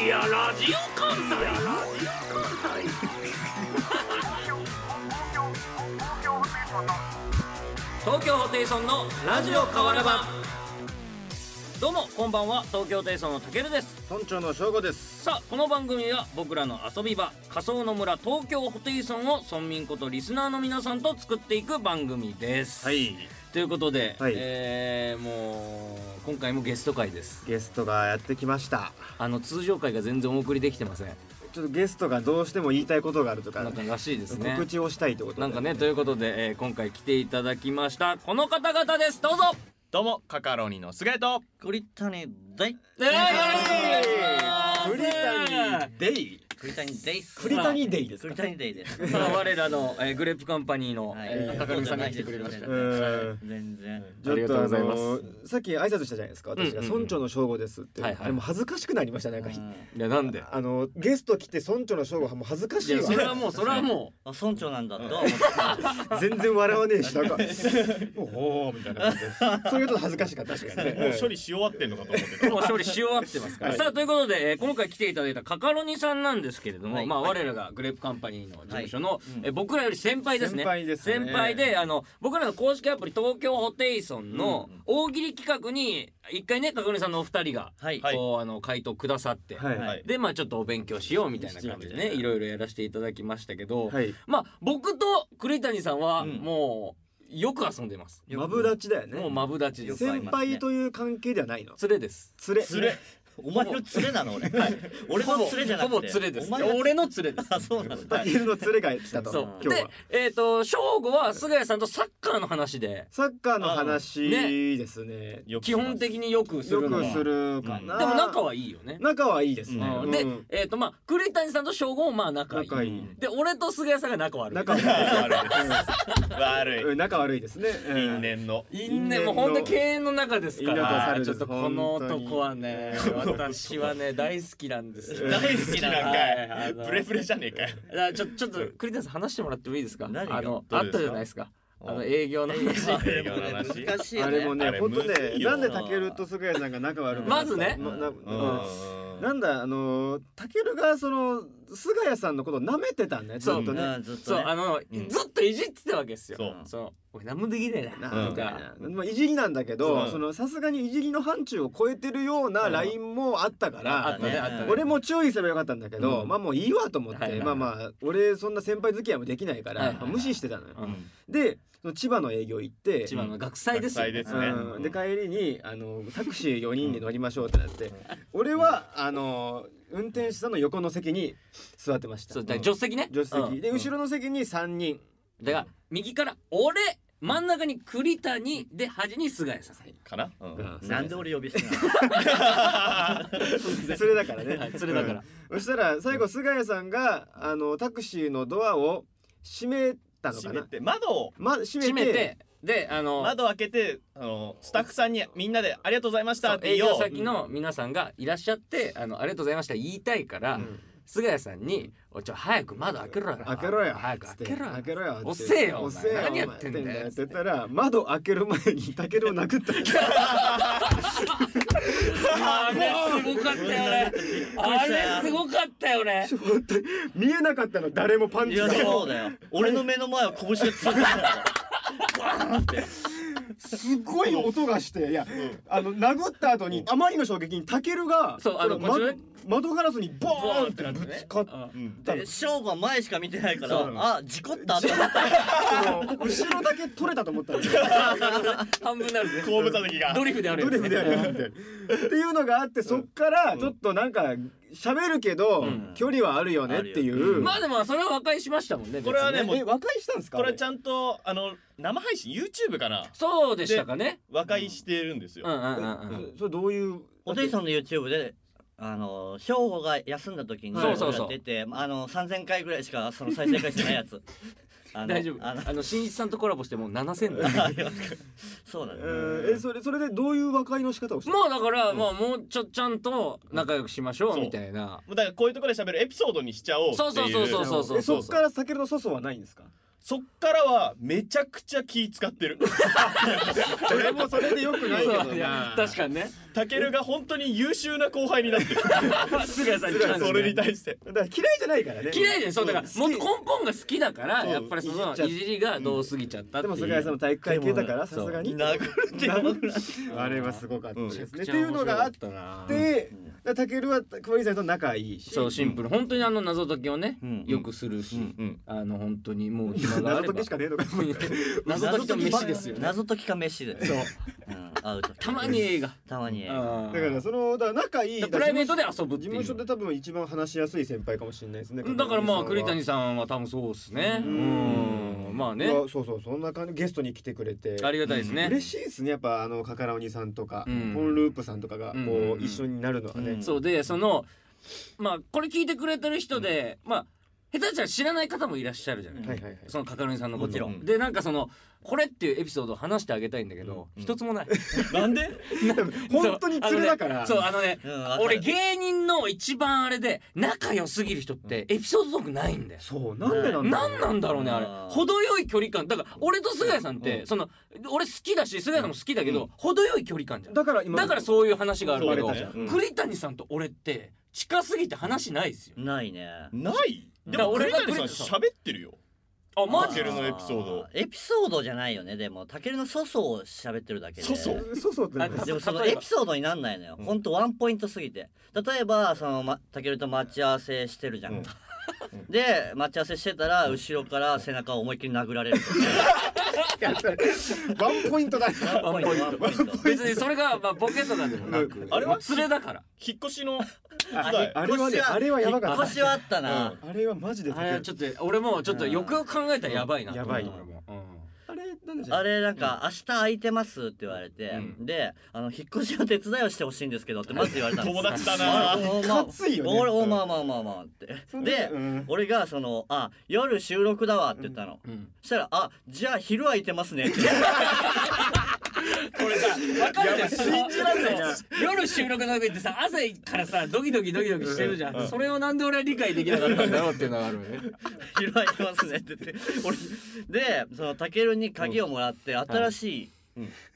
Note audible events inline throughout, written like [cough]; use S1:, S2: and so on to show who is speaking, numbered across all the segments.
S1: ジオ関西東京ホテイソンのラジオ河原版どうもこんばんは東京ホテイソンのたけるです
S2: 村長の正吾です
S1: さあこの番組は僕らの遊び場仮想の村東京ホテイソンを村民ことリスナーの皆さんと作っていく番組です、
S2: はい
S1: ということで、
S2: はい
S1: えーもう今回もゲスト会です
S2: ゲストがやってきました
S1: あの通常会が全然お送りできてません
S2: ちょっとゲストがどうしても言いたいことがあるとか
S1: なんからしいですね
S2: 告知をしたいってことで
S1: なんかねということで、えー今回来ていただきましたこの方々ですどうぞ
S3: どうもカカロニの菅井と
S4: 栗谷大
S1: えー、
S2: 栗谷デイ
S4: 栗谷大好
S2: 栗谷デイです
S4: 栗
S2: か
S4: 谷デイです。
S1: さあ我らの、えーグレープカンパニーの、
S4: はい
S1: えー
S3: 高見さんが来てくれました
S2: ねうん
S4: 全然。
S2: ちょ
S3: あ
S2: っ
S3: りがとうございます
S2: のさっき挨拶したじゃないですか私が
S1: うんうんうん
S2: 村長の正吾ですって
S1: はいはい
S2: あれもう恥ずかしくなりましたなんかひ
S1: いやなんで
S2: あのゲスト来て村長の正吾はもう恥ずか
S1: い
S2: しい
S1: やそれは
S2: わ
S1: もうそれはも
S4: あ、村長なんだとは思ってた。
S2: [laughs] 全然笑わねえしなんかおおみたいな感じでそういうと恥ずかしかった確かにね
S3: もう処理し終わってんのかと思って
S1: うもう勝利し終わってますから、
S2: はい
S1: さあということで、えー今回来ていただいたカカロニさんなんですけれども、
S4: はい
S1: まあ我らがグレープカンパニーの事務所の、
S4: うん
S1: えー僕らより先輩ですね
S2: 先輩ですね
S1: 先輩であの僕らの公式アプリ東京ホテイソンの大喜利企画に一回ねカカロニさんのお二人が、
S4: はい。
S3: はい
S1: こうあの回答くださって、
S2: はい
S4: は
S2: はいい
S1: でまあちょっとお勉強しようみたいな感じでねいろいろやらせていただきましたけど、
S2: はい
S1: まあ僕と栗谷さんは
S4: うん
S1: もうよく遊んでます、
S2: マブダチだよね
S1: もうマブダチです
S4: よく会い
S2: 先
S4: ますね
S2: 輩という関係ではないの
S1: 連れです
S2: 連れ
S3: 連れ
S4: お前の連れなの俺。俺の連れじゃな
S1: ほ
S4: くて。
S1: ぼ連れです
S4: お前の
S1: 俺の連れです
S4: あ、そうなんだ。
S2: タ
S4: はい
S2: ケルの連れが来たと
S1: そ
S2: 今
S1: う
S2: 日
S1: で
S2: は
S1: えっ、と正吾は菅谷さんとサッカーの話で
S2: サッカーの
S1: あ
S2: 話
S1: ね
S2: ですねよ
S3: よく
S1: 基本的によくするの
S2: く
S1: は
S2: するか
S3: うん
S2: な
S1: でも仲はいいよね、
S2: 仲はいいですね
S1: うん
S2: う
S1: で
S2: ん
S1: えっ、とまあ栗谷さんと正吾もまあ仲いい
S2: 仲いい
S1: で俺と菅谷さんが仲悪い
S2: 仲悪
S3: 悪い悪
S2: い
S3: い
S2: うん仲悪いですねうん
S3: 因縁の
S1: 因縁もう本当に敬遠の中ですか
S2: 因縁と
S1: ら
S2: 猿
S1: ち
S2: です
S1: ょっとこの男はね私はね大好きなんですよ
S3: 大好きなんかい、
S1: はいあの
S3: ブレブレじゃねえかい
S1: だからちょちょっと栗田さん話してもらってもいいですか
S4: 何が
S1: あの
S3: ど
S1: あ
S3: う
S1: っ
S3: ですか
S1: たじゃないですかあの営業の話
S3: あ営業の話
S4: 難しいよ
S2: あ
S4: ね。
S2: れも
S3: あ
S2: ね
S3: れ
S2: 本当
S3: むず
S2: ね
S3: いよ
S2: なんでタケルと菅谷さんが仲悪い
S1: まずね
S3: うん
S2: なんだあのタケルがその菅谷さんのことを舐めてたんだよずっ
S1: そう
S2: とね
S4: うんずっ
S1: そう
S4: と
S1: あ
S4: ね。
S1: の
S3: ん
S1: ずっといじってたわけですよ
S3: そう
S1: そう俺何もできねえな
S2: な
S1: と
S2: ん
S1: か
S2: か、まあ、いじりなんだけど
S3: うん
S2: そのさすがにいじりの範疇を超えてるようなラインもあったから、
S1: あったね
S4: うん
S1: あったね
S2: 俺も注意すればよかったんだけど、
S1: うん
S2: まあもういいわと思って、
S1: はいはいはい
S2: まあまあ俺そんな先輩付き合いもできないから、
S1: はいはいはい
S2: まあ無視してたのよ、
S1: うん
S2: でその千葉の営業行って
S1: 一番の学祭ですよ
S3: 学祭ですね
S2: うんで帰りにあのタクシー4人で乗りましょうってなって、俺はあの運転手さんの横の席に座ってました
S1: そう
S2: 助
S1: だから助手席ね
S2: 手席、
S1: うん
S2: で後ろの席に3人、
S1: だから右から俺真ん中に栗谷で端に菅谷さん
S3: かな、うん
S2: うん
S4: なんで俺呼び捨てな
S2: 連れだからね
S1: はい連れだから
S2: うんそしたら最後菅谷さんがあのタクシーのドアを閉めたの
S3: 閉
S2: か
S3: め
S2: な、
S3: て窓を
S2: ま、閉めて
S1: 閉めてであの
S3: 窓を開けてあのスタッフさんにみんなでありがとうございまし
S1: そ
S3: た
S1: う
S3: って
S1: 営
S3: 言お
S1: 業
S3: う
S1: 先の皆さんがいらっしゃって「あのありがとうございました」言いたいから、
S2: うん
S1: 菅谷さんに「おいちょ早く窓開けろよ
S2: 開けろよ
S1: 早く開けろよ
S2: 開けろよ
S1: 遅えよお
S2: 遅え
S1: 前
S2: よ
S1: 何やってんだよ
S2: お前って言ったら窓開ける前にタケルを殴った
S1: [laughs] あれすごかったよねあれすごかったよね
S2: 本当に見えなかったの誰もパン
S4: の。い
S2: チ
S4: や
S2: が
S4: そうだよ。俺の目の前は拳がついてたから。
S2: すごい音がしていやあの殴った後にあまりの衝撃にタケルが
S1: そうあの
S2: ま
S1: こちらね
S2: 窓ガラスにボーンってぶつかっ
S3: うん
S2: たの
S4: で、勝負は前しか見てないか
S2: そう
S4: ら、あ、事故ったと思った。
S2: その後ろだけ取れたと
S1: [laughs]
S2: 思ったんですよ
S1: 半分なるね
S3: 後部座席が
S1: ドリフである
S2: ど
S1: や
S2: れ
S1: つ
S2: み
S1: ね
S2: たいなってっていうのがあってそっからちょっとなんか喋るけど距離はあるよねっていう
S1: まあでもそれは和解しましたもんね
S3: これは
S1: 別
S3: ね
S1: に
S3: もう
S2: え和解したんですか
S3: これちゃんとあの生配信 YouTube かな
S1: そうでしたかね
S3: 和解してるんですよ、
S1: うんうんうんうん
S2: そそれどういう
S4: おでいさんの YouTube で、あの、ショーゴが休んだ時に、
S1: そうそうそう
S4: 出て、あの、3000回ぐらいしか、その再生回数ない
S1: [laughs]
S4: やつ。あの
S1: 大丈夫
S4: あの [laughs]
S1: あの新一さんとコラボしてもう7000だ
S4: あいやそうなん
S2: え
S4: だ、
S2: ーえそれそれでどういう和解の仕方をしたの
S1: もうだから、まあもうちょちゃんと仲良くしましょうみたいな
S3: もうだからこういうところで喋るエピソードにしちゃおうっていう
S1: そうそうそうそう
S2: えそっから酒の粗相はないんですか
S3: そっからはめち
S1: [laughs]
S3: ゃくちゃ気使ってる
S2: それもそれでよく
S1: そういや確
S2: に
S1: かにね
S3: タケルが本当に優秀な後輩に
S1: [laughs]
S3: なってる
S1: 菅谷さんに感じ
S3: それに対して
S2: だから嫌いじゃないからね
S1: 嫌いでそうだから
S2: ん
S1: もっと根本が好きだから
S2: そう
S1: やっぱりそ
S2: いじ
S1: の
S2: っちゃっ
S1: いじりがどう過ぎちゃったってい
S2: でも
S1: う
S2: 菅谷さんも体育会系だか
S1: で
S2: ら
S1: も
S2: さすがに
S4: 殴るっていう
S2: あれはすごかったです
S1: め
S2: ね、っ
S1: ち
S2: て
S1: ゃくち
S2: い
S1: ゃ
S2: う
S1: 面
S2: の
S1: 白
S2: が
S1: か
S2: あっ
S1: ったな
S2: てたけるは熊木さんと仲いいし
S1: そうシンプル本当にあの謎解きをね
S4: うん
S1: よくするし
S4: うん
S1: あの本当にもう暇があ
S2: 謎
S1: れ
S2: 解
S1: ば
S2: きしかねえのか
S1: [laughs] 謎解きと飯ですよね
S4: 謎解きか飯だよ
S1: そう
S4: うん合う時
S1: たまに映画
S4: たまに
S1: だ
S2: だからそのだから仲いい
S1: プライベートで遊ぶっ
S2: 事
S1: てい
S2: 務所
S1: う
S2: で多分一番話しやすい先輩かもしれないですね
S1: だからまあ
S2: 熊木
S1: 栗
S2: さ
S1: 谷さん
S2: んは
S1: は多分そうですねう
S2: うん
S1: まあね
S2: うわそうそうそんな感じゲストに来てくれて
S1: ありがたいですね
S2: 嬉しいですねやっぱあのカカラオニさんとか、
S1: うん
S2: ポンループさんとかがこ
S1: うんうんう
S2: うん一緒になるのはね、
S4: うん
S1: そうでそのまあこれ聞いてくれてる人でまあ下手したら知らない方もいらっしゃるじゃない
S2: はいはいはい
S1: [laughs] そのカカロニさんのこと
S4: もちろん
S1: でなんかそのこれっていうエピソードを話してあげたいんだけど
S4: うん
S1: 一つもない
S3: なんで
S2: 本当に連れだから
S1: [laughs] そうあのね
S4: うんわかる
S1: 俺芸人の一番あれで仲良すぎる人ってエピソードトークないんだよ
S2: そうなんでなんだろう
S1: 何なんだろうねあれ
S4: あー
S1: 程よい距離感だから俺と菅谷さんって、
S4: うん
S1: その俺好きだし菅谷さんも好きだけど、程よい距離感じゃんだ
S2: だから今
S1: からそういう話があるけ
S2: 生
S1: ど、
S2: まれたじ
S3: ゃん
S1: 栗谷さんと俺って近すぎて話ないですよ
S4: ないね
S3: ないで
S1: だから
S3: も
S1: 俺
S3: 栗
S1: が
S3: 谷さん喋ってるよ
S1: あマ
S3: タ
S1: ジ
S3: ケルのエピソード
S4: あエピソードじゃないよねでもタケルの粗相を喋ってるだけで
S3: 粗相
S2: そうそうって
S1: あ
S4: でもその
S1: 例え
S4: エ
S1: ば
S4: ピソードになんないのよ、
S3: うん
S4: ほんとワンポイントすぎて例えばその、ま、タケルと待ち合わせしてるじゃ [laughs] ん、
S3: うん
S4: で待ち合わせしてたら後ろから背中を思いっきり殴られると
S2: やったらワンポイントだな
S4: ワンポイントワンポイント
S1: 別にそれが、まあ、ボケとかでもなく
S3: あれは
S1: もう連れだから
S3: 引っ越しの
S2: ああれはねあれはやばかった
S4: 腰はあったな、
S2: あれはマジで
S1: あれはちょっと俺もちょっとよくよく考えたらやばいなと思った
S2: うんやばい
S1: 俺も
S2: あれなんでしょう
S4: あれなんか、明日空いてますって言われて、
S1: うん
S4: であの引っ越しの手伝いをしてほしいんですけどってまず言われたんです
S3: 友達だ
S4: あ
S3: な
S4: おま
S2: かついよね
S4: 俺おまあまあまあまあってで、
S2: うん
S4: 俺がその「あ夜収録だわ」って言ったの、
S1: うんうん
S4: そしたら「あじゃあ昼空いてますね」って
S1: これさ分かるじゃん信じられ
S2: ないな
S1: 夜収録の時ってさ朝からさドキドキドキドキしてるじゃん、
S3: うん
S1: それをなんで俺は理解できなかったんだろうっていうのがあるよね
S4: 昼空いてますねって言って俺でそのタケルに鍵をもらって新しい、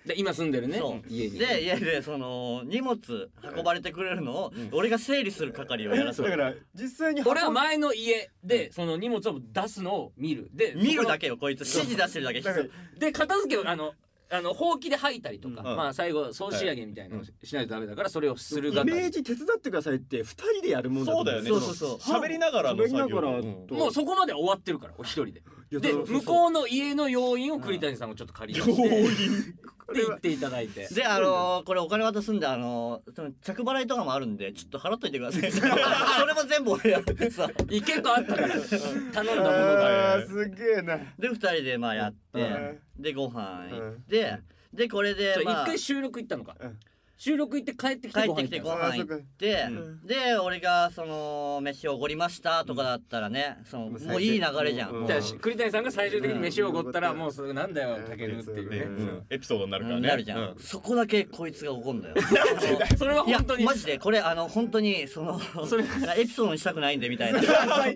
S1: で今住んでるね
S4: そう
S1: 家に
S4: で家でその荷物運ばれてくれるのを、俺が整理する係をやらせ
S2: だか
S4: る
S2: ら実際に
S1: 俺は前の家でその荷物を出すのを見るで
S4: 見るだ
S1: け
S4: けよこいつ指示出してるだけ
S2: だから
S1: で片付けをあのあのほうきで吐いたりとか、
S3: うん
S1: まあ最後総仕上げみたいなのをししないとダメだからそれをする
S2: イメー
S1: 係
S2: ジ手伝ってくださいって二人でやるもんだと思
S3: そうだよね
S4: そうそうそう
S3: 喋りながらの作業
S2: 喋りながら
S3: うん
S2: と
S1: もうそこまでは終わってるからお一人で
S2: いや
S1: で
S2: そうそうそう
S1: 向こうの家の要員を栗谷さんをちょっと借りまして
S3: 要
S1: で行っていただい
S4: [laughs]
S1: て
S4: で、あのーこれお金渡すんで、あのーその着払いとかもあるんで、ちょっと払っといてくださ
S2: [laughs]
S4: い。それも全部俺やってさ。
S1: い結構あったから頼んだものが
S2: あーすげえな
S4: で、二人でまあやって、
S2: うん
S4: で、ご飯行って、で、これで
S1: ちょ、
S4: ま
S1: 一
S4: あ、
S1: 回収録行ったのか
S2: うん
S1: 収録行って帰ってきて
S4: 帰
S1: ご
S4: っ
S1: 飯
S4: て
S1: 行っ
S4: き
S1: たの
S4: てご
S1: か
S2: あー
S4: 飯行
S2: そっか
S4: って、
S2: うん
S4: で、俺がその、飯をおごりましたとかだったらね、その、
S2: もう
S4: もういい流れじゃん。
S2: もう
S1: じゃあ
S2: うん
S1: し栗谷さんが最終的に飯をおごったら
S2: うん
S1: もうすぐなんだよたけるっていう
S3: ね
S1: ね
S3: うんエピソードになるからね
S4: なるじゃん、
S3: うん
S4: そこだけこいつが怒んだよ
S1: それはい
S4: や
S1: 本当に
S4: マジでこれあの本当にそのエピソードにしたくないんでみたいな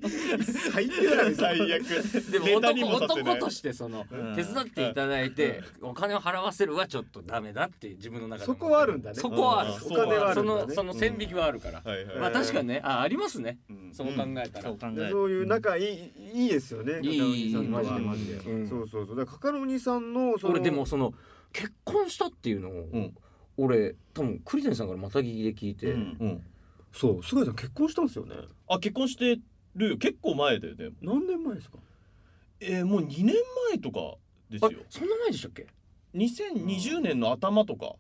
S2: 最低だね
S3: [laughs] 最悪
S1: でも
S3: ネタに
S1: 男
S3: もさせな
S1: 男
S3: い
S1: としてその
S4: うん
S1: 手伝っていただいてお金を払わせるはちょっとダメだって自分の中で
S2: そこはあるんだね
S1: そこはある
S3: うん
S1: そ
S2: お
S1: こは
S2: 金はある
S1: そ
S2: んだね
S1: のその線引きはあるから
S3: はいはい
S1: まあ確かにねあありますね
S4: ん
S1: そう考えた
S4: そ
S1: ら
S4: う考え
S2: で
S4: る
S2: [laughs] そういう仲いい、いいですよね。
S1: いい
S2: 片鬼さんとはい
S1: いマジで
S3: マジで
S1: うん
S2: そうそうそう。だからカカロニさんのその
S1: 俺でもその結婚したっていうのを
S3: うん
S1: 俺多分栗谷さんからまた聞きで聞いて
S4: うん
S3: うん
S2: そう菅井さん結婚したんですよね。
S3: あ結婚してるよ結構前だよね
S2: 何年前で
S1: [laughs]
S2: すか。
S3: えーもう2年前とかです
S1: あ
S3: よ
S1: れそんな前でしたっけ
S3: 2020年の頭とか、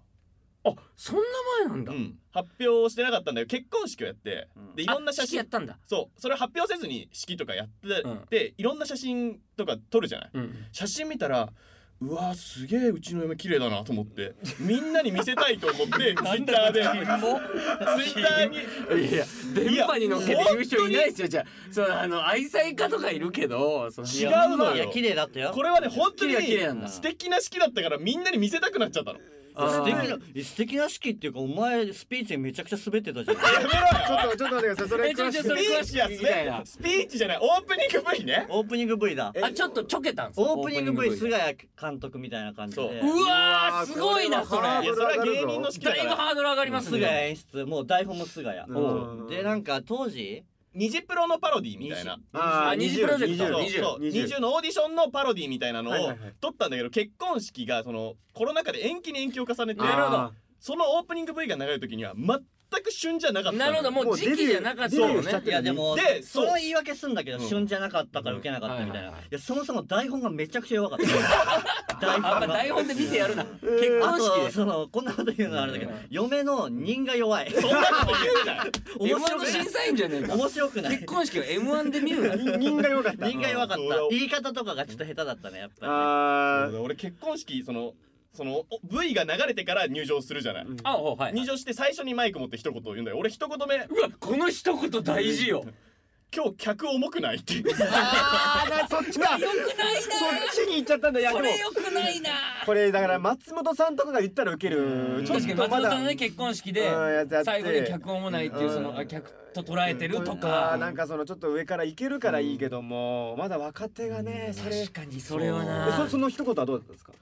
S1: あそんな前なんだ
S3: うん発表してなかったんだよ結婚式をやって、
S4: うん
S3: でいろんな写
S1: あ式や
S3: 真
S1: ったんだ
S3: そうそれ発表せずに式とかやって、
S1: うん
S3: でいろんな写真とか撮るじゃない
S1: うん
S3: 写真見たらうわーすげえうちの嫁綺麗だなと思ってみんなに見せたいと思ってツイッターでツイッターに
S1: いやいや電波に乗っけて言う人いないですよじゃあそのあの愛妻家とかいるけどその
S3: 違うのよ
S4: いや綺麗だったよ
S3: これはね本当に
S1: 綺麗は綺麗なんだ
S3: 素敵な式だったからみんなに見せたくなっちゃったの
S1: あー
S4: 素敵な素敵な式っていうかお前スピーチめちゃくちゃ滑ってたじゃん
S2: ちょっとちょっと待ってくださいそれ
S1: えちょ
S2: 詳
S1: ち
S2: し
S1: ょ
S2: い
S1: それ詳し
S3: ス
S1: く
S3: ピーチ
S1: 聞きたいな
S3: スピーチじゃないオープニング V ね
S4: オープニング V だ
S2: え
S1: あちょっとちょけたんですか
S4: オープニング V 菅
S1: う
S4: 谷監督みたいな感じ
S3: そう
S4: で
S1: わーすごいなそれ
S2: うわー
S3: いや
S1: だ
S3: それは芸人の式だ
S1: い
S3: か
S1: ぶ
S3: ら
S1: ハードル上がります
S4: 菅谷
S1: ね
S4: 演出もう台本も菅谷
S2: うん
S4: でなんか当時
S3: 二次プロのパロディみたいな
S2: あー
S1: 二次プロジェクト
S3: そう
S1: 20
S3: そう
S2: 20
S3: 20のオーディションのパロディみたいなのを
S2: はいはいはい
S3: 撮ったんだけど結婚式がそのコロナ禍で延期に延期を重ねて
S1: なるほど
S2: あ
S3: そのオープニング V が流れる時には全く旬じゃなかった
S1: なるほどもう時期じゃなかった
S2: も
S1: も
S2: うんデビューしちゃっ
S1: ね
S4: いやでも
S3: で
S4: そ
S3: そう
S4: の言い訳すんだけど
S3: うん
S4: 旬じゃなかったから受けなかったみたい
S1: うんはい
S4: な
S1: はいいはい
S4: やそもそも台本がめちゃくちゃ弱かった台
S1: あまあ台本で見てやるな結
S4: あ
S1: 婚
S4: と
S1: 式
S4: そのこんなこと言うのはあれだけど
S1: うん
S4: 嫁の人が弱い
S3: そんなこと言うじゃ
S4: [laughs]
S3: ん
S1: で
S4: 面
S1: M1
S4: 白
S1: の
S4: くない
S1: 審査員じゃねえか
S4: 面白くない
S1: 結婚式を M1 で見るな
S2: 人人が良かった
S4: 人が弱かった
S3: うん
S4: 言い方とかがちょっと下手だったねやっぱ
S2: あー
S3: 俺結婚式そのそのお V が流れてから入場するじゃない、
S2: うん
S1: あおうはい
S3: 入場して最初にマイク持って一言言うんだよ俺一言目
S1: うわこの一言大事よ
S3: 今日客重くないって
S2: あーなそっ
S1: [laughs]
S2: ちかそっ
S1: よくない
S2: ちに行っちゃったんだい
S1: な
S2: や
S1: そ
S2: でも
S1: れよくないな
S2: これだから松本さんとかが言ったらウケるちょっ
S1: 確かに
S2: と
S1: 松
S2: ま
S1: 本
S2: だ
S1: さんのね結婚式で
S2: うんやってやって
S1: 最後に脚本もないっていうそのあ客と捉えてると
S2: あ
S1: か
S2: ーなんかそのちょっと上から行けるからいいけどもまだ若手がねそれ
S1: 確かにそれは
S2: えそ
S1: な
S2: その一言はどうだったんですか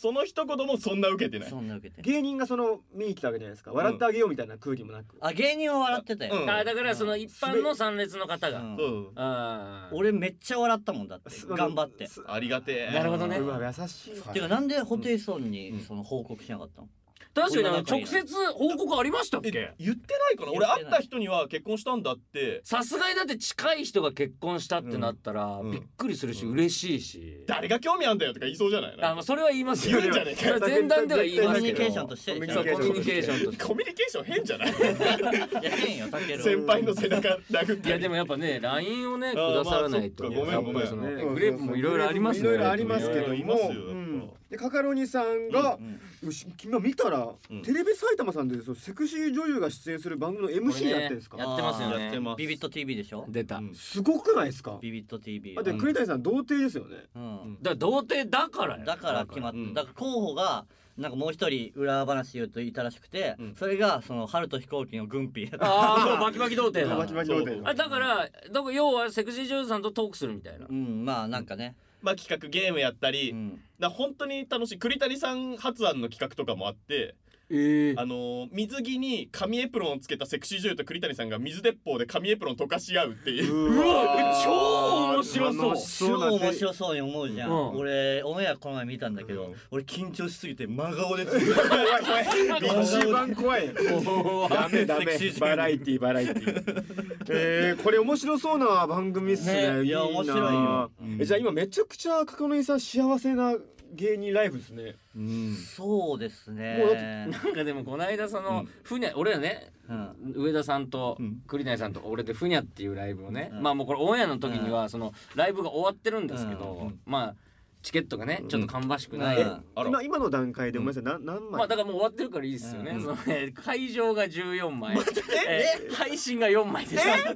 S3: その一言もそんな受けて
S4: り
S3: ない
S4: そんな受けて
S2: 芸人がその見に来たわけじゃないですか笑ってあげようみたいな空気もなく、
S4: あ芸人は笑ってたよ
S3: うん
S1: あだからその一般の参列の方
S4: う
S1: が
S4: ん
S3: うん
S1: あー
S4: 俺めっちゃ笑ったもんだって
S2: す
S4: 頑張って
S2: す
S3: ありがてえ
S1: なるほどね
S2: うわ優しいわ
S4: てかなんでホテイソン
S3: うん
S4: にその報告しなかったの
S1: 確かにあの
S4: こんな中に
S1: 直接報告ありましたっけ
S3: え言ってないかな俺
S4: 言って
S3: 会
S4: ない
S3: った人には結婚したんだって
S1: さすがにだって近い人が結婚したってなったら
S3: うん
S1: びっくりするし
S3: うん
S1: 嬉しいし
S3: 誰が興味あんだよとか言いそうじゃない
S1: あまあそれは言いますよ
S3: 言うんじゃねえか
S1: それは前段では言い
S4: コ
S1: ま
S4: ミ
S1: す
S4: ュ
S1: け
S4: ニ
S1: ど
S4: ケーションとしてでし
S1: そ
S4: ょ
S1: うコミュニケーションとして
S3: コミュニケーション変じゃない
S4: いや変よタケル
S3: [laughs] 先輩の背中殴って
S1: いやでもやっぱね LINE をね
S3: あ
S1: く
S3: ー
S1: ださらないと
S3: まあそっかごめんごめ
S1: やっぱ
S3: ん
S1: りその
S2: ね
S1: グレープもいろいろありますね
S2: いろいろありますけども
S3: いろいろありますよ
S2: うんでカカロニさんが
S4: う、ん
S2: よし今見たら、
S3: うん
S2: テレビ埼玉さんでそのセクシー女優が出演する番組の MC やってるんですか、
S1: やってますよ
S3: やっ
S1: ね
S3: てます
S4: ビビット TV でしょ
S1: 出た、
S3: うん
S2: すごくないですか
S4: ビビット TV
S2: あで
S4: うん
S2: 栗谷さん童貞ですよね
S4: うん
S1: だから童貞だからよ
S4: だから決まっ
S3: う
S4: た
S3: ん
S4: だから候補がなんかもう一人裏話言うといたらしくて
S3: うん
S4: それがその春と飛行機の軍備
S1: ああもうバキバキ童貞
S2: バ
S1: だ
S2: キバキ童貞
S1: あだからだから要はセクシー女優さんとトークするみたいな
S4: うんまあなんかね
S3: まあ企画ゲームやったり、
S4: うん
S3: だから本当に楽しい栗谷さん発案の企画とかもあって
S1: ええ
S3: あのー水着に紙エプロンをつけたセクシー女優と栗谷さんが水鉄砲で紙エプロン溶かし合うっていう
S1: うわ超面白そう
S2: 楽し
S4: 超
S2: そうな
S4: 面白そうに思うじゃん、
S1: うん
S4: 俺オンエアこの前見たんだけど、
S3: うん
S4: 俺緊張しすぎて真顔で作る
S2: 一番怖いダメダメ
S4: セクシー
S2: バラエティーバラエティーえー、これ面白そうな番組っすね
S4: ねいや
S2: な
S4: 面白いよ
S2: えじゃあ今めちゃくちゃ角野井さん幸せな芸人ライフですね
S3: うん
S4: そうですね
S2: もうだっ
S1: なんかでもこの間その、
S3: うん
S1: 船俺らね
S4: うん
S1: 上田さんと
S3: うん
S1: 栗谷さんと俺で「ふにゃ」っていうライブをね、
S4: うん
S1: まあもうこれオンエアの時にはそのライブが終わってるんですけど、
S3: うんうん
S1: まあチケットがねちょっと芳しくない、
S4: うん
S2: え
S4: うん
S3: あら
S2: 今今の段階でごめんなさい、な何枚、
S1: まあだからもう終わってるからいいですよね。
S3: うん
S1: そのね会場が14枚、えー配信が4枚でした。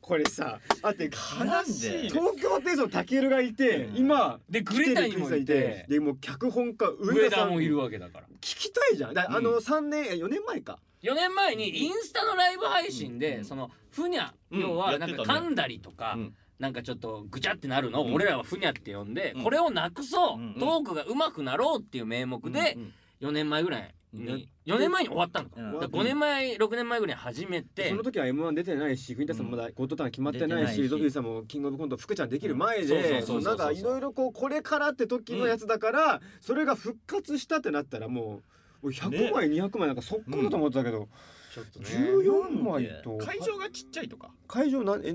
S2: これさあって
S4: なんで
S2: 東京テイソンたけるがいて、
S4: うん
S2: 今
S1: でグレタにもい
S2: 来る栗谷さん
S1: て、
S2: でもう脚本家上
S1: 上
S2: 田さ
S1: 田
S2: ん
S1: もいるわけだから。
S2: 聞きたいじゃんだあ
S3: う
S2: の3年4年前か
S1: 4年前にインスタのライブ配信
S3: う
S1: で
S3: ん
S1: そのふにゃ
S3: うん
S1: 要はなん
S3: や
S1: か
S3: ってた
S1: 噛
S3: ね
S1: んだりとか
S3: うん
S1: なんかちょっとぐちゃってなるのを
S3: うん
S1: 俺らはふにゃって呼んで
S3: うん
S1: これをなくそう
S4: うん
S1: トークが上手くなろうっていう名目で
S3: うん
S1: 4年前ぐらい
S2: やっ
S1: に4年前に終わったのか
S4: うん
S1: だから5年前6年前ぐらいに始めて
S2: その時は m 1出てないし国田さんもまだゴッドタン決まってない
S4: 出てな
S2: し
S4: いし
S2: ゾフィーさんもキングオブコント福ちゃんできる前
S1: う
S2: で
S1: ん
S2: そ
S1: そうそうそうそう
S2: のなんかいろいろこうこれからって時のやつだからそれが復活したってなったらもう俺100枚200枚なんか速攻だと思ってたけど
S1: ちょっとね
S2: 14枚と
S3: 会場がちっちゃいとか
S2: 会場なんえ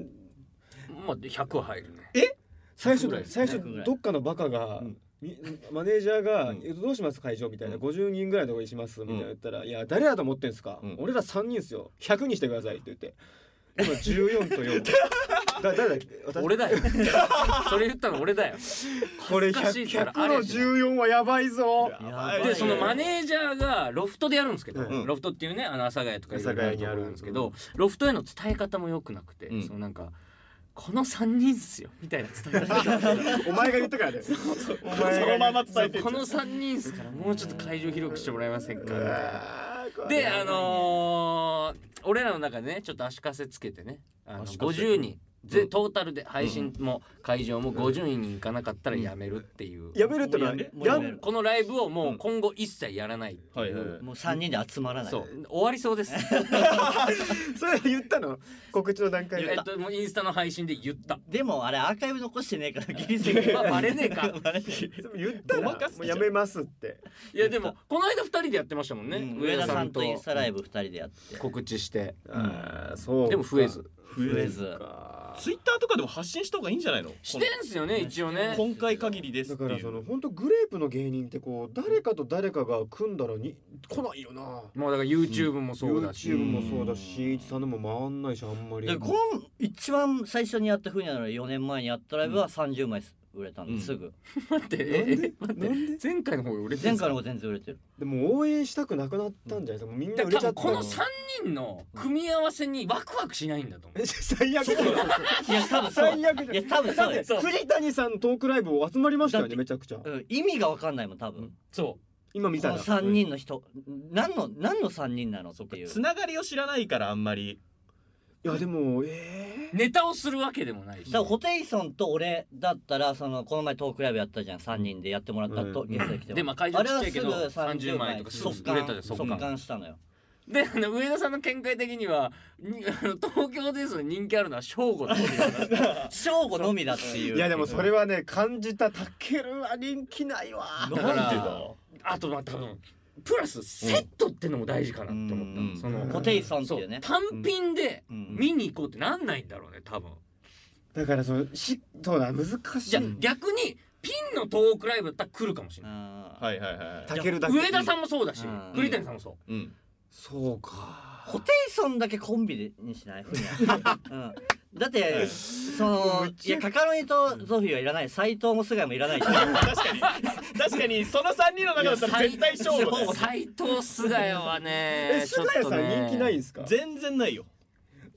S1: まあ100は入るね
S2: 最初
S1: ぐらい
S2: 最初
S4: 100ぐらい
S2: どっかのバカが
S3: うん
S2: みマネージャーが
S3: う
S2: 「どうします会場」みたいな「
S3: うん
S2: 50人ぐらいのとこにします」みたいな言ったら「いや誰だと思ってんすか
S3: うん
S2: 俺ら3人っすよ100にしてください」って言って今14と4だ誰だっけ私
S1: 俺だよそれ言ったの俺だよ
S2: これ
S1: 恥ずかしいから
S2: 100の14はやばいぞ
S4: ばい
S1: でそのマ
S3: ネ
S1: ネージャーがロフトでやるんですけど、
S2: うん
S1: ロフトっていうねあの阿佐ヶ谷とかいろいろ
S2: 阿佐ヶ谷にあ
S1: とこ
S2: る
S1: ろなんですけど、ロフトへの伝え方も良くなくて、
S3: うん
S1: そのなんかこの3人っすよみたいな伝え方
S2: お前が言ったからだよお前が
S3: そのまま伝 [laughs] えてんじゃ
S1: こ
S3: ん
S1: の3人っすからもうちょっと会場広くしてもらえませんかみたいな
S2: あーこれ
S1: であのー俺らの中でねちょっと足かせつけてねあの
S3: 足かせ
S1: 50人ぜトータルで配信も会場も50人に行かなかったらやめるっていう
S2: やめるってのはね
S4: もうやめ
S2: や
S4: る
S2: ん
S1: このライブをもう今後一切やらないって
S3: はい
S1: い
S3: はいうはい
S4: もう三人で集まらない。
S1: そう終わりそうです
S2: それ言ったの告知の段階
S1: え
S2: で
S1: っともうインスタの配信で言った
S4: でもあれアーカイブ残してねえからギリセー
S1: まあバレねえか
S4: [laughs] バレねえ
S2: 言った
S3: ご
S2: ら
S3: まかす
S2: もうやめますって
S1: いやでもこの間2人でやってましたもんね、
S4: うん
S1: 上
S4: 上
S1: 田
S4: 田
S1: さ
S4: さ
S1: ん
S4: ん
S1: と
S4: とインスタライブ二人でやって。
S1: 告知して
S2: あーそうか
S1: でも増えず
S4: 増えず。
S2: か
S3: ツイッターとかでも発信した方がいいんじゃないの
S1: してんすよね一応ね
S3: 今回限りです
S2: だ
S3: って
S2: から
S3: い
S2: そうの本当グレープの芸人ってこう誰かと誰かが組んだらに来ないよな
S1: もうだから YouTube もそうだし、
S2: YouTube もそうだししんいちさんのも回んないしあんまり
S4: でこの一番最初にやったふうになるの4年前にやったライブは30枚売れたんで
S3: うん
S4: すすぐ
S1: 待って
S2: なん
S1: え
S2: で
S1: え待っ
S2: なん
S1: て
S2: で
S1: 前回の方が売れて
S4: 前
S1: んすか
S4: 回の方が全然売れてる
S2: でも応援したくなくなったんじゃないですかもうみんな売れ
S1: だ
S2: ち
S1: から
S2: ゃ
S1: 多
S2: っ
S1: 分
S2: た
S1: この3人の組み合わせにワクワクしないんだと思う
S2: [laughs] 最悪だよ
S4: いや多分そう
S2: 最悪
S4: い
S2: じゃ
S4: や多分
S2: だ
S4: そ
S2: っ
S4: う
S2: て
S4: よ
S2: 栗谷さんトークライブ集まりましたよ
S4: だっ
S2: ね
S4: て
S2: めちゃくちゃ
S4: うん意味がわかんないもん多分
S1: そ
S2: 今見
S4: こ
S2: た
S4: の
S2: ら
S4: 3人の人何の何の3人なのっていう
S3: つながりを知らないからあんまり
S2: いやでもえ
S1: うネタをするわけでもないし
S4: だからホテイソンと俺だったらそのこの前トークライブやったじゃん3人でやってもらったと、
S2: うん
S4: ゲストに来ても
S1: でまあ会場
S4: あれ
S1: ちっち
S4: は
S1: ゃ
S4: す
S1: いけ
S4: ぐ
S1: ど30枚とかすぐ
S4: 速
S1: 売れたじゃん
S4: 乾
S1: 速
S4: 速
S1: 乾
S4: 乾したのよ
S1: であの上田さんの見解的にはにあの東京ですの人気あるのは正吾だっていう
S4: [laughs] 正午のみだって
S2: え
S4: いう
S2: い
S4: い
S2: やでもそれはね感じたたけるは人気ないわ
S3: なんで
S1: から
S3: だ
S1: あとまあ多分プラスセットってのも大事かなって思ったの、
S4: うん
S1: その
S4: ホテイソンって
S1: そ
S4: いううね
S1: 単品で
S4: うん
S1: 見に行こうってなんないんだろうね多分
S2: だからそのしそうだ難し
S1: じゃあ
S2: い
S1: 逆にピンのトークライブだったら来るかもしれない
S4: あー
S3: はいはいは
S2: たけるだけ
S1: 上田さんもそうだし
S4: うん
S1: 栗谷さんもそう
S3: いうん
S2: そうか
S4: ホテイソンだけコンビでにしない、うん、だってそのいやカカロニとゾフィーはいらない斎藤も菅谷もいらないし
S3: 確かに確かにその3人の中だったら絶対勝
S1: [laughs]
S3: 負だよ
S1: 斎藤菅谷はね
S2: え菅谷さん人気ないんですか
S3: 全然ないよ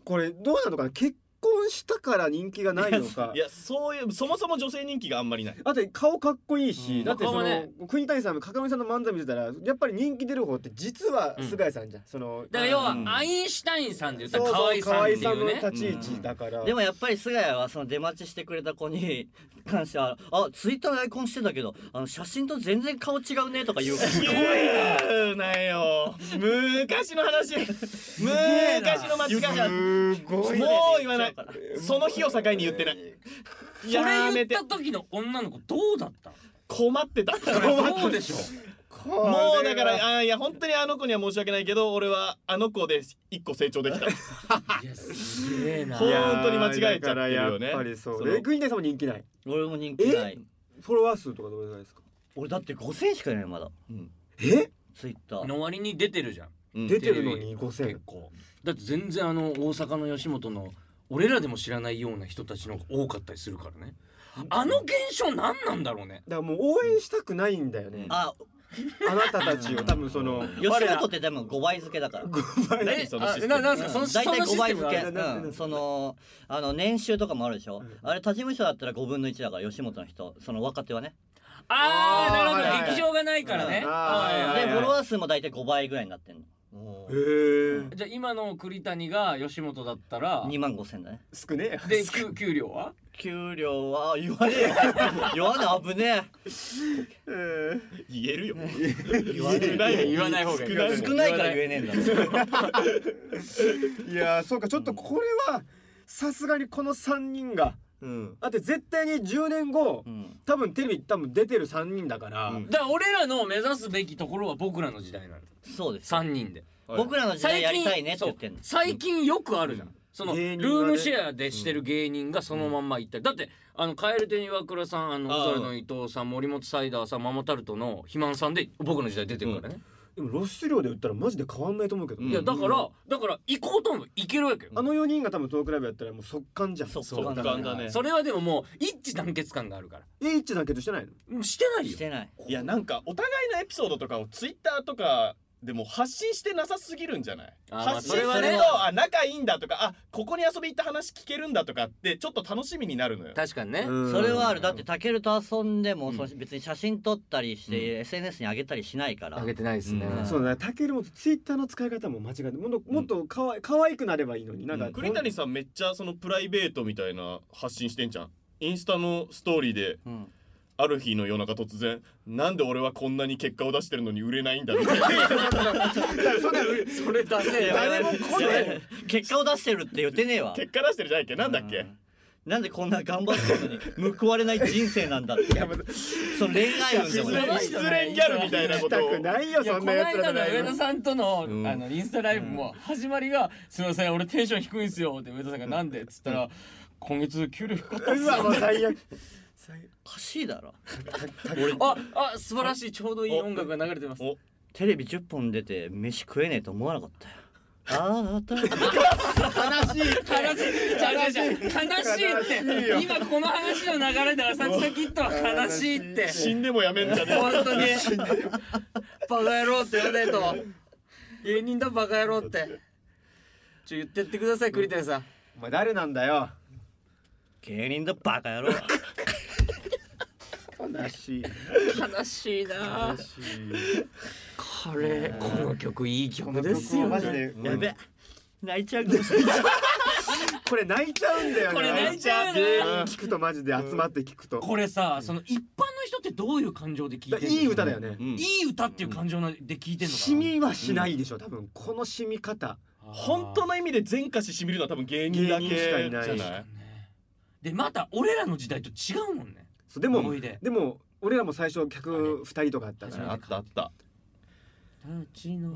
S2: これどうなのかな結婚したから人気がないのか
S3: いやそういうそもそも女性人気があんまりない
S2: あと顔かっこいいし、
S1: うん
S2: だってその、
S1: 顔はね
S2: 国谷さんもかかみさんの漫才見てたらやっぱり人気出る方って実は菅谷さんじゃん、その
S1: だから要
S3: う
S1: は
S3: ん
S1: アインシュタインさんで言った
S2: そう
S1: ら
S2: そう
S1: 河合さんってい
S2: 河
S1: う
S2: 合
S1: ね
S2: さんの立ち位置だから、
S4: でもやっぱり菅谷はその出待ちしてくれた子に関しては「あツイッターのアイコンしてたけどあの写真と全然顔違うね」とか言うから
S3: すごいなよ昔の話昔の間違いじゃん
S2: す
S3: も
S2: ご
S3: う
S2: いね
S3: 言わないその日を境に言ってない
S1: そ
S3: や
S1: れ言
S3: め
S1: ってた時の女の子どうだった
S3: 困ってた
S1: そうでしょ
S2: これは
S3: もうだからあーいや本当にあの子には申し訳ないけど俺はあの子で一個成長できた
S1: いやすげえない
S3: や本当に間違えちゃってるよね
S2: いやだからやっぱりそう
S3: そ
S2: で
S3: の
S2: 国谷さんも人気ない
S4: 俺も人気ない
S2: フォロワー数とかどれぐらいですか
S4: 俺だって5000しかいないまだ
S2: え
S4: ツイッター
S1: の割に出てるじゃん
S2: 出てるのに5000
S1: 結構だって全然あの大阪の吉本の俺らでも知らないような人たちの方が多かったりするからねあの現象何なんだろうね
S2: だからもう応援したくないんだよね、
S4: あ
S2: あなたたちを多分その
S4: 吉本ってでも5倍付けだから
S1: え
S3: そのシステム
S1: あななんすかその
S4: うん大体
S1: そ
S4: 5
S1: のシス
S4: 倍
S1: テム
S4: 付
S1: が
S4: け、
S2: ななな
S4: うん、そのあの年収とかもあるでしょ、
S2: ん
S4: あれ他事務所だったら5分の1だから吉本の人その若手はね、
S1: あーなるほど、
S2: あーはいはい
S1: 劇場がないからね、
S2: うん
S1: はいはいはい
S2: あ
S4: でフォロワー数も大体5倍ぐらいになってんの
S2: へえ
S1: じゃあ今の栗谷が吉本だったら
S4: 2万5千だね
S2: 少ねえ [laughs] や
S1: で給給料は
S4: 給料は言わねえよ [laughs] 言わない危ね
S3: 言えるよ
S4: え言わねえ
S3: ない
S1: 言わない方がいい
S3: 少ない
S4: 少ないから言えねえんだもん
S2: いやーそうかちょっとこれはさすがにこの3人が
S3: うん
S2: だって絶対に10年後、
S4: うん
S2: 多分テレビ多分出てる3人だから、
S3: うん
S1: だから俺らの目指すべきところは僕らの時代なの
S4: そうです
S1: 3人で
S4: 僕らの時代やりたいねって
S1: そ
S4: 言
S1: う
S4: ってんの
S1: 最近よくあるじゃん、そのル
S2: 芸人がね
S1: ームシェアでしてる芸人がそのまんま行ったり、だってあの蛙亭岩倉さんあの
S3: あー
S1: オザルの伊藤さん森本サイダーさんママタルトの肥満さんで僕の時代出てるからね、
S2: でも露出量で売ったらマジで変わんないと思うけど、
S3: うん
S1: いやだから、だから行こうとも行けるわけよ、
S2: あの4人が多分トークライブやったらもう速乾じゃん
S4: 速
S3: そう
S4: 乾
S3: だね
S1: それはでももう一致団結感があるから
S2: え一致だけどしてないの
S1: うんしてない
S4: し
S1: よ
S4: てない
S3: いやなんかお互いのエピソードとかをツイッターとかでも発信してなさすぎるんじゃない
S1: あーまあ
S3: 発
S1: そ
S3: 信す
S1: れ
S3: る
S1: は
S3: と、
S1: ね
S3: あ仲いいんだとかあここに遊び行った話聞けるんだとかってちょっと楽しみになるのよ
S1: 確かにね、
S2: うん
S4: それはあるだってタケルと遊んでも、
S1: うん
S4: その別に写真撮ったりして、
S1: う
S4: SNS に上げたりしないから
S1: あげてないですね、
S3: うん
S2: そうだね、タケルもツイッターの使い方も間違えてもっともっとかわい可愛くなればいいのになんか、
S3: 栗谷さんめっちゃそのプライベートみたいな発信してんじゃんインスタのストーリーで
S4: うん
S3: ある日の夜中突然なんで俺はこんなに結果を出してるのに売れないんだみたい [laughs] な
S1: [laughs] それだせよ
S3: 誰も来ない
S4: 結果を出してるって言ってねえわ
S3: 結果出してるじゃないっけなんだっ
S4: う
S3: け
S4: んなんでこんな頑張ってるのに報われない人生なんだって
S2: いやまず
S4: その恋愛運でも
S3: 失
S4: ね
S3: 恋失恋ギャルみたいな
S2: し
S3: こ
S2: た
S3: とを
S2: くない
S1: [laughs]
S2: よ
S5: いや
S2: そ
S5: こ
S2: ん
S5: の
S2: なやつ
S5: 間
S2: ら
S5: の上田さんとの,、
S3: うん
S5: あのインスタライブも始まりが「すいません俺テンション低いんすよ」って上田さんが「なんで?」っつったら「今月給料低かったっす
S2: うわもう最悪
S4: おかしいだろ
S3: 俺
S1: ああ素晴らしいちょうどいい音楽が流れてます
S3: お
S4: テレビ10本出て飯食えねえと思わなかったよああたり
S2: 悲しい
S5: 悲しいじゃあじゃあじゃあ悲しいって今この話の流れで浅草キッドは悲しいって
S3: 死んでもやめんじゃね
S5: 本当にバカ野郎って言わない
S1: [laughs]
S5: と芸人だバカ野郎ってちょ言ってってください栗谷さん
S2: お前誰なんだよ
S4: 芸人だバカ野郎
S2: 悲しい
S5: 悲しいなこれこの曲いい曲ですよ
S2: マジ
S5: ね
S2: で
S4: やべ泣いちゃうかもしれない
S2: これ泣いちゃうんだよね
S5: これ泣いちゃうね
S2: 芸人聞くとマジで集まって聞くと
S5: これさその一般の人ってどういう感情で聞い
S2: だ
S5: て
S2: から
S5: る
S2: いい歌だよね
S3: うん
S5: いい歌っていう感情なで聞いてんのか
S2: 染
S5: な
S2: みはしないでしょ多分この染み方
S3: 本当の意味で全歌詞しみるのは多分芸人だけ
S2: 芸人しかい
S3: じ
S2: ない
S3: ゃ
S2: し
S3: ない
S5: でまた俺らの時代と違うもんね
S2: そうでも
S5: 思い出
S2: でも俺らも最初客2人とかあったから
S3: あったあった
S5: うちの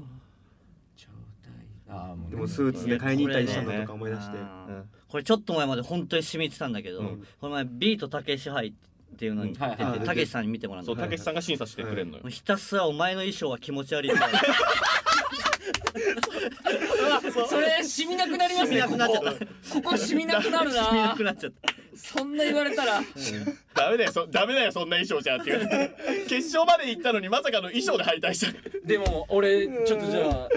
S5: 状態ああもうね
S2: でもスーツで買いに行ったりしたのとか思い出して
S4: これねうんこれちょっと前まで本当に染みてたんだけど、
S3: うん
S4: この前ビートたけし杯っていうのに出
S5: うんはいは
S4: て
S2: い
S4: たけしさんに見てもらった
S3: そ
S4: の
S3: うたけしさんが審査してくれるのよ
S4: もうひたすらお前の衣装は気持ち悪いって
S5: それ染みなくなりますね
S4: 染みなくなっちゃった
S5: ここここ染みなくなる
S4: 染みな
S5: な
S4: くなっちゃった
S5: そんな言われたら
S3: ダメだよそダメだよそんな衣装じゃっていう [laughs] 決勝まで行ったのにまさかの衣装で敗退した
S1: でも俺ちょっとじゃあ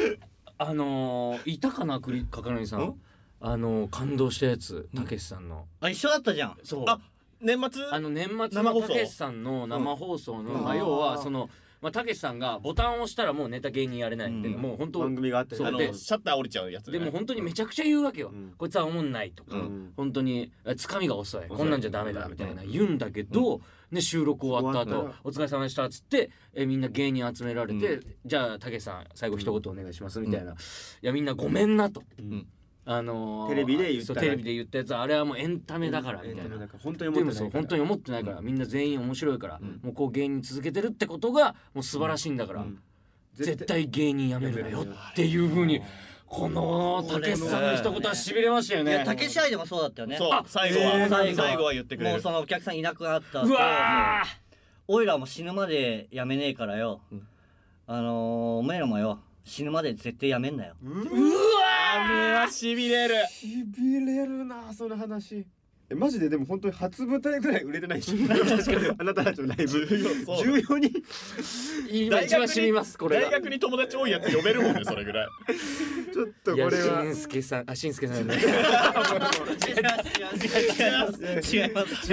S1: あのー、いたかな栗かかのりさん
S3: ん
S1: あのー、感動したやつたけしさんの、
S4: あ一緒だったじゃん
S1: そう
S3: あ年末
S1: あの年末
S3: 生
S1: の
S3: 放
S1: た
S3: 送
S1: けしさんの生放送の、
S2: うん
S1: まあ、
S2: あー
S1: 要はそのまあたけしさんがボタンを押したらもうネタ芸人やれないみたいな、
S3: うん
S1: もう本当
S2: 番組があった
S1: そう
S3: あ
S2: よ
S3: の
S1: で
S2: ね
S3: シャッター降りちゃうやつね
S1: でも本当にめちゃくちゃ言うわけよ、
S2: うん
S1: こいつは思んないとか、
S2: うん
S1: 本当にえつかみが遅い
S2: い
S1: こんなんじゃダメだみたいな言うんだけど、ね、収録終わった
S2: 終わ
S1: 後
S2: ったら
S1: お疲れ様でした」っつってえみんな芸人集められて「
S3: う
S1: じゃあたけしさん最後一言お願いします」みたいな「いやみんなごめんな」と。
S2: ん
S1: あのー
S2: テレビで言った
S1: そうテレビで言ったやつはあれはもうエンタメだからみたいな、
S2: エンタメだから本当に
S1: で
S2: 思
S1: も
S2: って
S1: そ
S2: ないうから
S1: 本当に思ってないから、みんな全員面白いから、もうこう芸人続けてるってことがもう素晴らしいんだから、
S2: ん
S1: 絶対芸人やめるなよっていうふうにこのたけしさんの一言はしびれましたよ
S4: い
S1: ね
S4: やたけし杯でもそうだったよね
S3: そう
S1: あ
S3: 最後は、
S4: えー
S3: 最後は最後は言ってくれ
S4: も
S3: る
S4: うそのお客さんいなくなった
S1: うわー
S4: おいらも死ぬまでやめねえからよ、あのー、お前らもよ死ぬまで絶対やめんなよ
S3: れはしびれる
S2: しびれるなその話えマジででも本当に初舞台ぐらい売れてない [laughs] し確かにあなたたちのライブ
S3: 14そう
S2: 14人
S1: 今一番しみますこれ
S3: 大
S1: が
S3: 学に友達多いやつ呼べるもんねそれぐらい
S2: ちょっと
S1: い
S2: こ
S1: や
S2: れは
S1: しんすけさんあしんすけさんね
S4: 違います
S2: 違います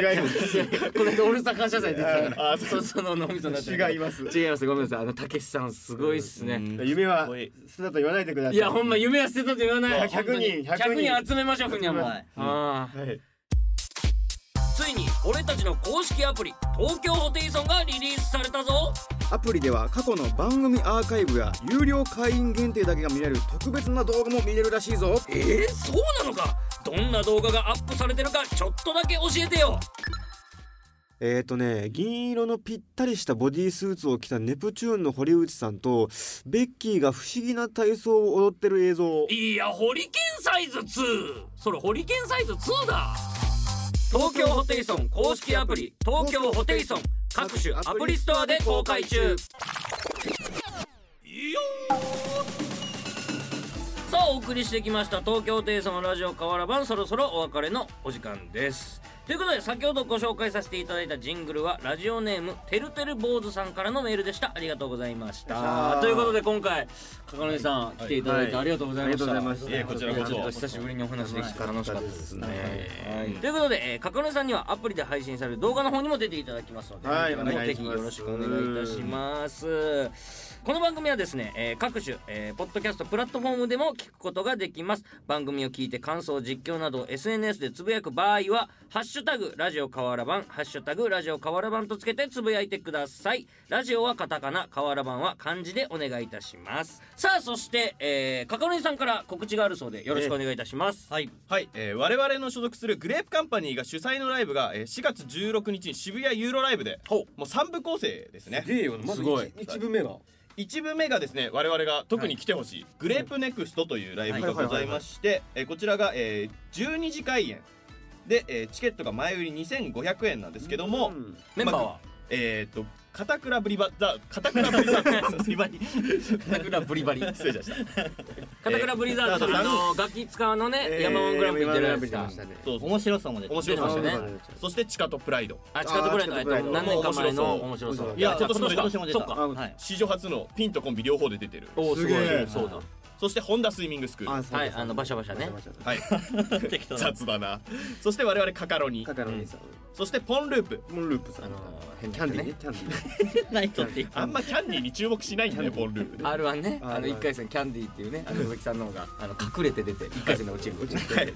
S1: この間オールスター感謝祭出てたから
S3: あそう
S1: そその脳みそになってる
S2: 違います
S1: 違いますごめんなさいあのたけしさんすごいっすね、
S2: 夢は
S3: かっこいい
S2: 捨てたと言わないでください
S1: いやほんま夢は捨てたと言わない
S2: 100人
S1: 本当に
S2: 100人
S1: 100人集めましょうふにゃもう、
S4: はい
S1: あー
S2: はい
S1: ついに俺たちの公式アプリ東京ホテイソンがリリースされたぞ
S2: アプリでは過去の番組アーカイブや有料会員限定だけが見れる特別な動画も見れるらしいぞ
S1: えー、そうなのかどんな動画がアップされてるかちょっとだけ教えてよ
S2: えーとね銀色のぴったりしたボディースーツを着たネプチューンの堀内さんとベッキーが不思議な体操を踊ってる映像
S1: いやホリケンサイズ2それホリケンサイズ2だ東京ホテイソン公式アプリ東京ホテイソン各種アプリストアで公開中いよーさあお送りしてきました東京ホテイソンのラジオ河原版そろそろお別れのお時間ですということで先ほどご紹介させていただいたジングルはラジオネームてるてる坊主さんからのメールでしたありがとうございましたということで今回かかのりさん来ていただいて
S5: はい
S1: ありがとうございました、
S2: した
S3: いえこちらこ
S5: ちょっと
S3: そ
S5: 久しぶりにお話できて楽しかったですね。
S1: はいということで、えー、かかのりさんにはアプリで配信される動画の方にも出ていただきますので、
S2: はい
S1: こちらも
S2: お願
S1: ぜ
S2: いし
S1: ひ
S2: ま
S1: よ
S2: す
S1: ろしくお願いいたします。この番組はですね、えー各種、えーポッドキャストプラットフォームでも聞くことができます。番組を聞いて感想、実況などを SNS でつぶやく場合は、ハッシュタグ、ラジオ河原版、ハッシュタグ、ラジオ河原版とつけてつぶやいてください。ラジオはカタカナ、河原版は漢字でお願いいたします。さあ、そして、えー、かかのりさんから告知があるそうで、よろしくお願いいたします。
S4: はい
S3: はい、えー、我々の所属するグレープカンパニーが主催のライブが、えー、4月16日に渋谷ユーロライブでもう三部構成ですね
S2: えよまず
S3: すごい
S2: 一一部目が
S3: 一部目がですね我々が特に来てほしい、グレープネクストというライブがございましてえーこちらが、えー、12時開演で、えーチケットが前売り2500円なんですけども、
S2: うん
S1: メンバーは
S3: えっ、と片倉ブリバザ片倉ブリ
S1: [laughs]
S3: ザブリバリ
S1: 片倉ブリバリ
S3: 失礼しました
S1: 片倉ブリザードさんの楽器使うのね山本グランプリ出るやつだ
S3: そうそう
S4: 面白さも出て
S3: 面白さも
S1: ね
S3: ねそしてチカとプライド
S1: あ近くぐらいのえっと何年か前の面
S2: 面
S1: 白
S2: 白
S1: さ
S2: そうう
S1: い
S3: い
S1: や
S3: や今年も出
S4: 今
S3: た
S4: 年も出た
S1: そっか
S4: はい
S3: 史上初のピンとコンビ両方で出てる
S1: おおすごい
S2: すげえ
S1: そうだ
S3: そして本田スイミングスクール
S1: はいあのバシャバシャね
S3: はい雑だなそして我々カカロニ
S2: カカロニさん
S3: そしてポンループ
S2: モンループさん
S1: あの変
S2: キ
S1: な
S2: ャ
S1: やつ
S2: ンディー
S1: ね
S2: ねキャンディー
S4: ナイトっていう
S3: あんまキャンディーに注目しないんだよポンループ
S1: R1 ね
S2: あ
S1: あの
S2: る
S1: 1回戦キャンディーっていうねあの鈴木さんの方があの隠れて出て1回戦で落ちる
S3: はい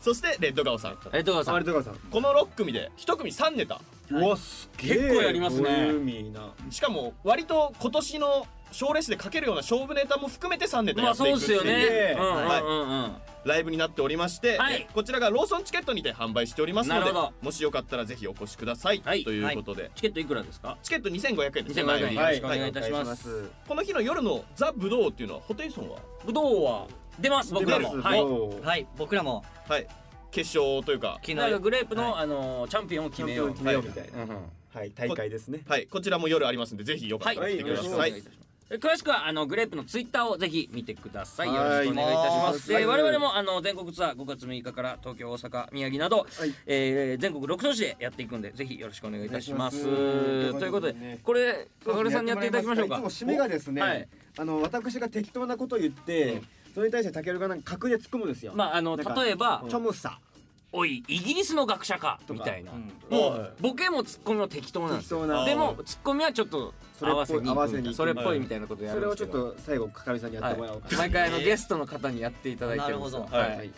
S3: そしてレッドガオさん
S1: えっとさ
S2: あ
S1: ん
S2: れとかさん
S3: この6組で1組3ネタ
S2: うわすげえ
S1: 結構やりますね
S2: ボリューミーな
S3: しかも割と今年の賞レースでかけるような勝負ネタも含めて3ネタ
S1: ま
S3: や
S1: あ
S3: って
S1: そ
S3: いうく
S1: っ
S3: って
S1: す
S3: い
S1: よ
S3: う
S1: ねうん
S3: はい
S1: うんうんうん
S3: ライブになっておりまして、
S1: はい
S3: えこちらがローソンチケットにて販売しておりますの
S1: な
S3: で
S1: るほど
S3: もしよかったらぜひお越しください、
S1: はい
S3: ということで、
S1: チケットいくらですか
S3: チケット2500円ですね前売
S1: 2500円
S3: り
S1: よ
S3: は
S1: ろ
S3: い
S1: しくお願いいたします
S3: この日の夜のザ・ブドウっていうのはホテイソンは
S1: 武道は出ます僕らも
S2: で
S1: はい
S2: そう
S4: はい僕らも
S3: はい決勝というか
S4: 昨
S1: なんか
S4: 日
S1: グレープ
S4: は
S1: のあのチャンピオンを決めよう
S2: 決めようみたい
S1: うんう
S2: なんはい大会ですね
S3: はいこちらも夜ありますんでぜひよか
S1: は
S3: ったら来
S1: い、
S3: て
S1: よろ
S3: くだ
S1: しく
S3: さい、
S1: お願いいたします。詳しくはあのグレープのツイッターをぜひ見てください。よろ
S2: は
S1: し
S2: い
S1: くお願いいたします。
S2: はい
S1: えー我々もあの全国ツアー5月6日から東京、大阪、宮城など、
S2: はい
S1: えー全国6都市でやっていくんでぜひよろしくお願いいたします。
S2: お願いします
S1: ということ
S2: ということで
S1: で
S2: ね
S1: これかがるさんにやっていただきましょうか。
S2: いつも締めがですね、
S1: はい
S2: あの私が適当なことを言って、それに対してタケルがなんか格で突っ込むんですよ。
S1: まああの
S2: なんか
S1: 例えば
S2: チョムサ
S1: 「おいイギリスの学者か」
S2: と
S1: み
S2: か
S1: たいな
S4: う。ん
S3: もう
S1: ボケもツッコミも適当なんで
S2: 適
S1: すよ。
S2: 当な
S3: あー
S1: でもツッコミはちょっと合わせに行くみたいなそ
S2: そ
S1: れ
S2: れ
S1: っ
S2: っ
S1: ぽ
S3: ぽ
S1: い
S3: い
S1: みたいなことや
S2: そ
S1: る
S2: れ
S1: んです
S2: をち
S1: け
S2: ょっ
S1: ど。
S2: と最後かかみさんにやってもらおうかな。
S1: 毎回あのゲストの方にやっていただいてるんですよ
S4: なるほ
S1: は
S4: ど
S1: い、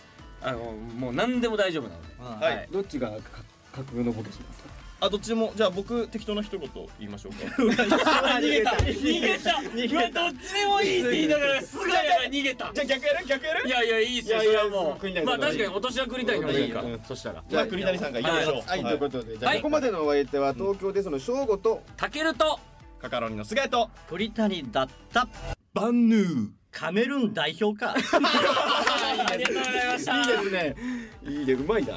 S1: あのもう何でも大丈夫なので
S4: うん
S3: はい
S2: どっちがか格のボケしますか。
S3: あどっちでもじゃあ僕適当な一言言いましょうか
S1: 逃げた逃げた逃げたどっちでもいいって言いながらすぐやが逃げた
S3: [laughs] じゃあ逆やる逆やる
S1: いやいやいいっすよそ
S2: いやい
S1: れ
S2: や
S1: はも
S2: 国
S1: う
S2: 谷
S1: ま
S2: さ
S1: あ
S2: んの方がいい
S1: 確かにお年は栗谷の方がいいか
S2: いいよ
S1: そしたら
S3: じゃあ栗谷さんが言いましょう
S1: はい
S2: はい、ということで、じゃあ
S1: はい
S2: ここまでのお相手は東京でその正吾と
S1: たけると
S3: カカロニの菅谷と
S4: 鳥谷だった
S3: バンヌー
S4: カメルーン代表か
S1: ありがとうございました
S2: いいですね。いいでうまいな。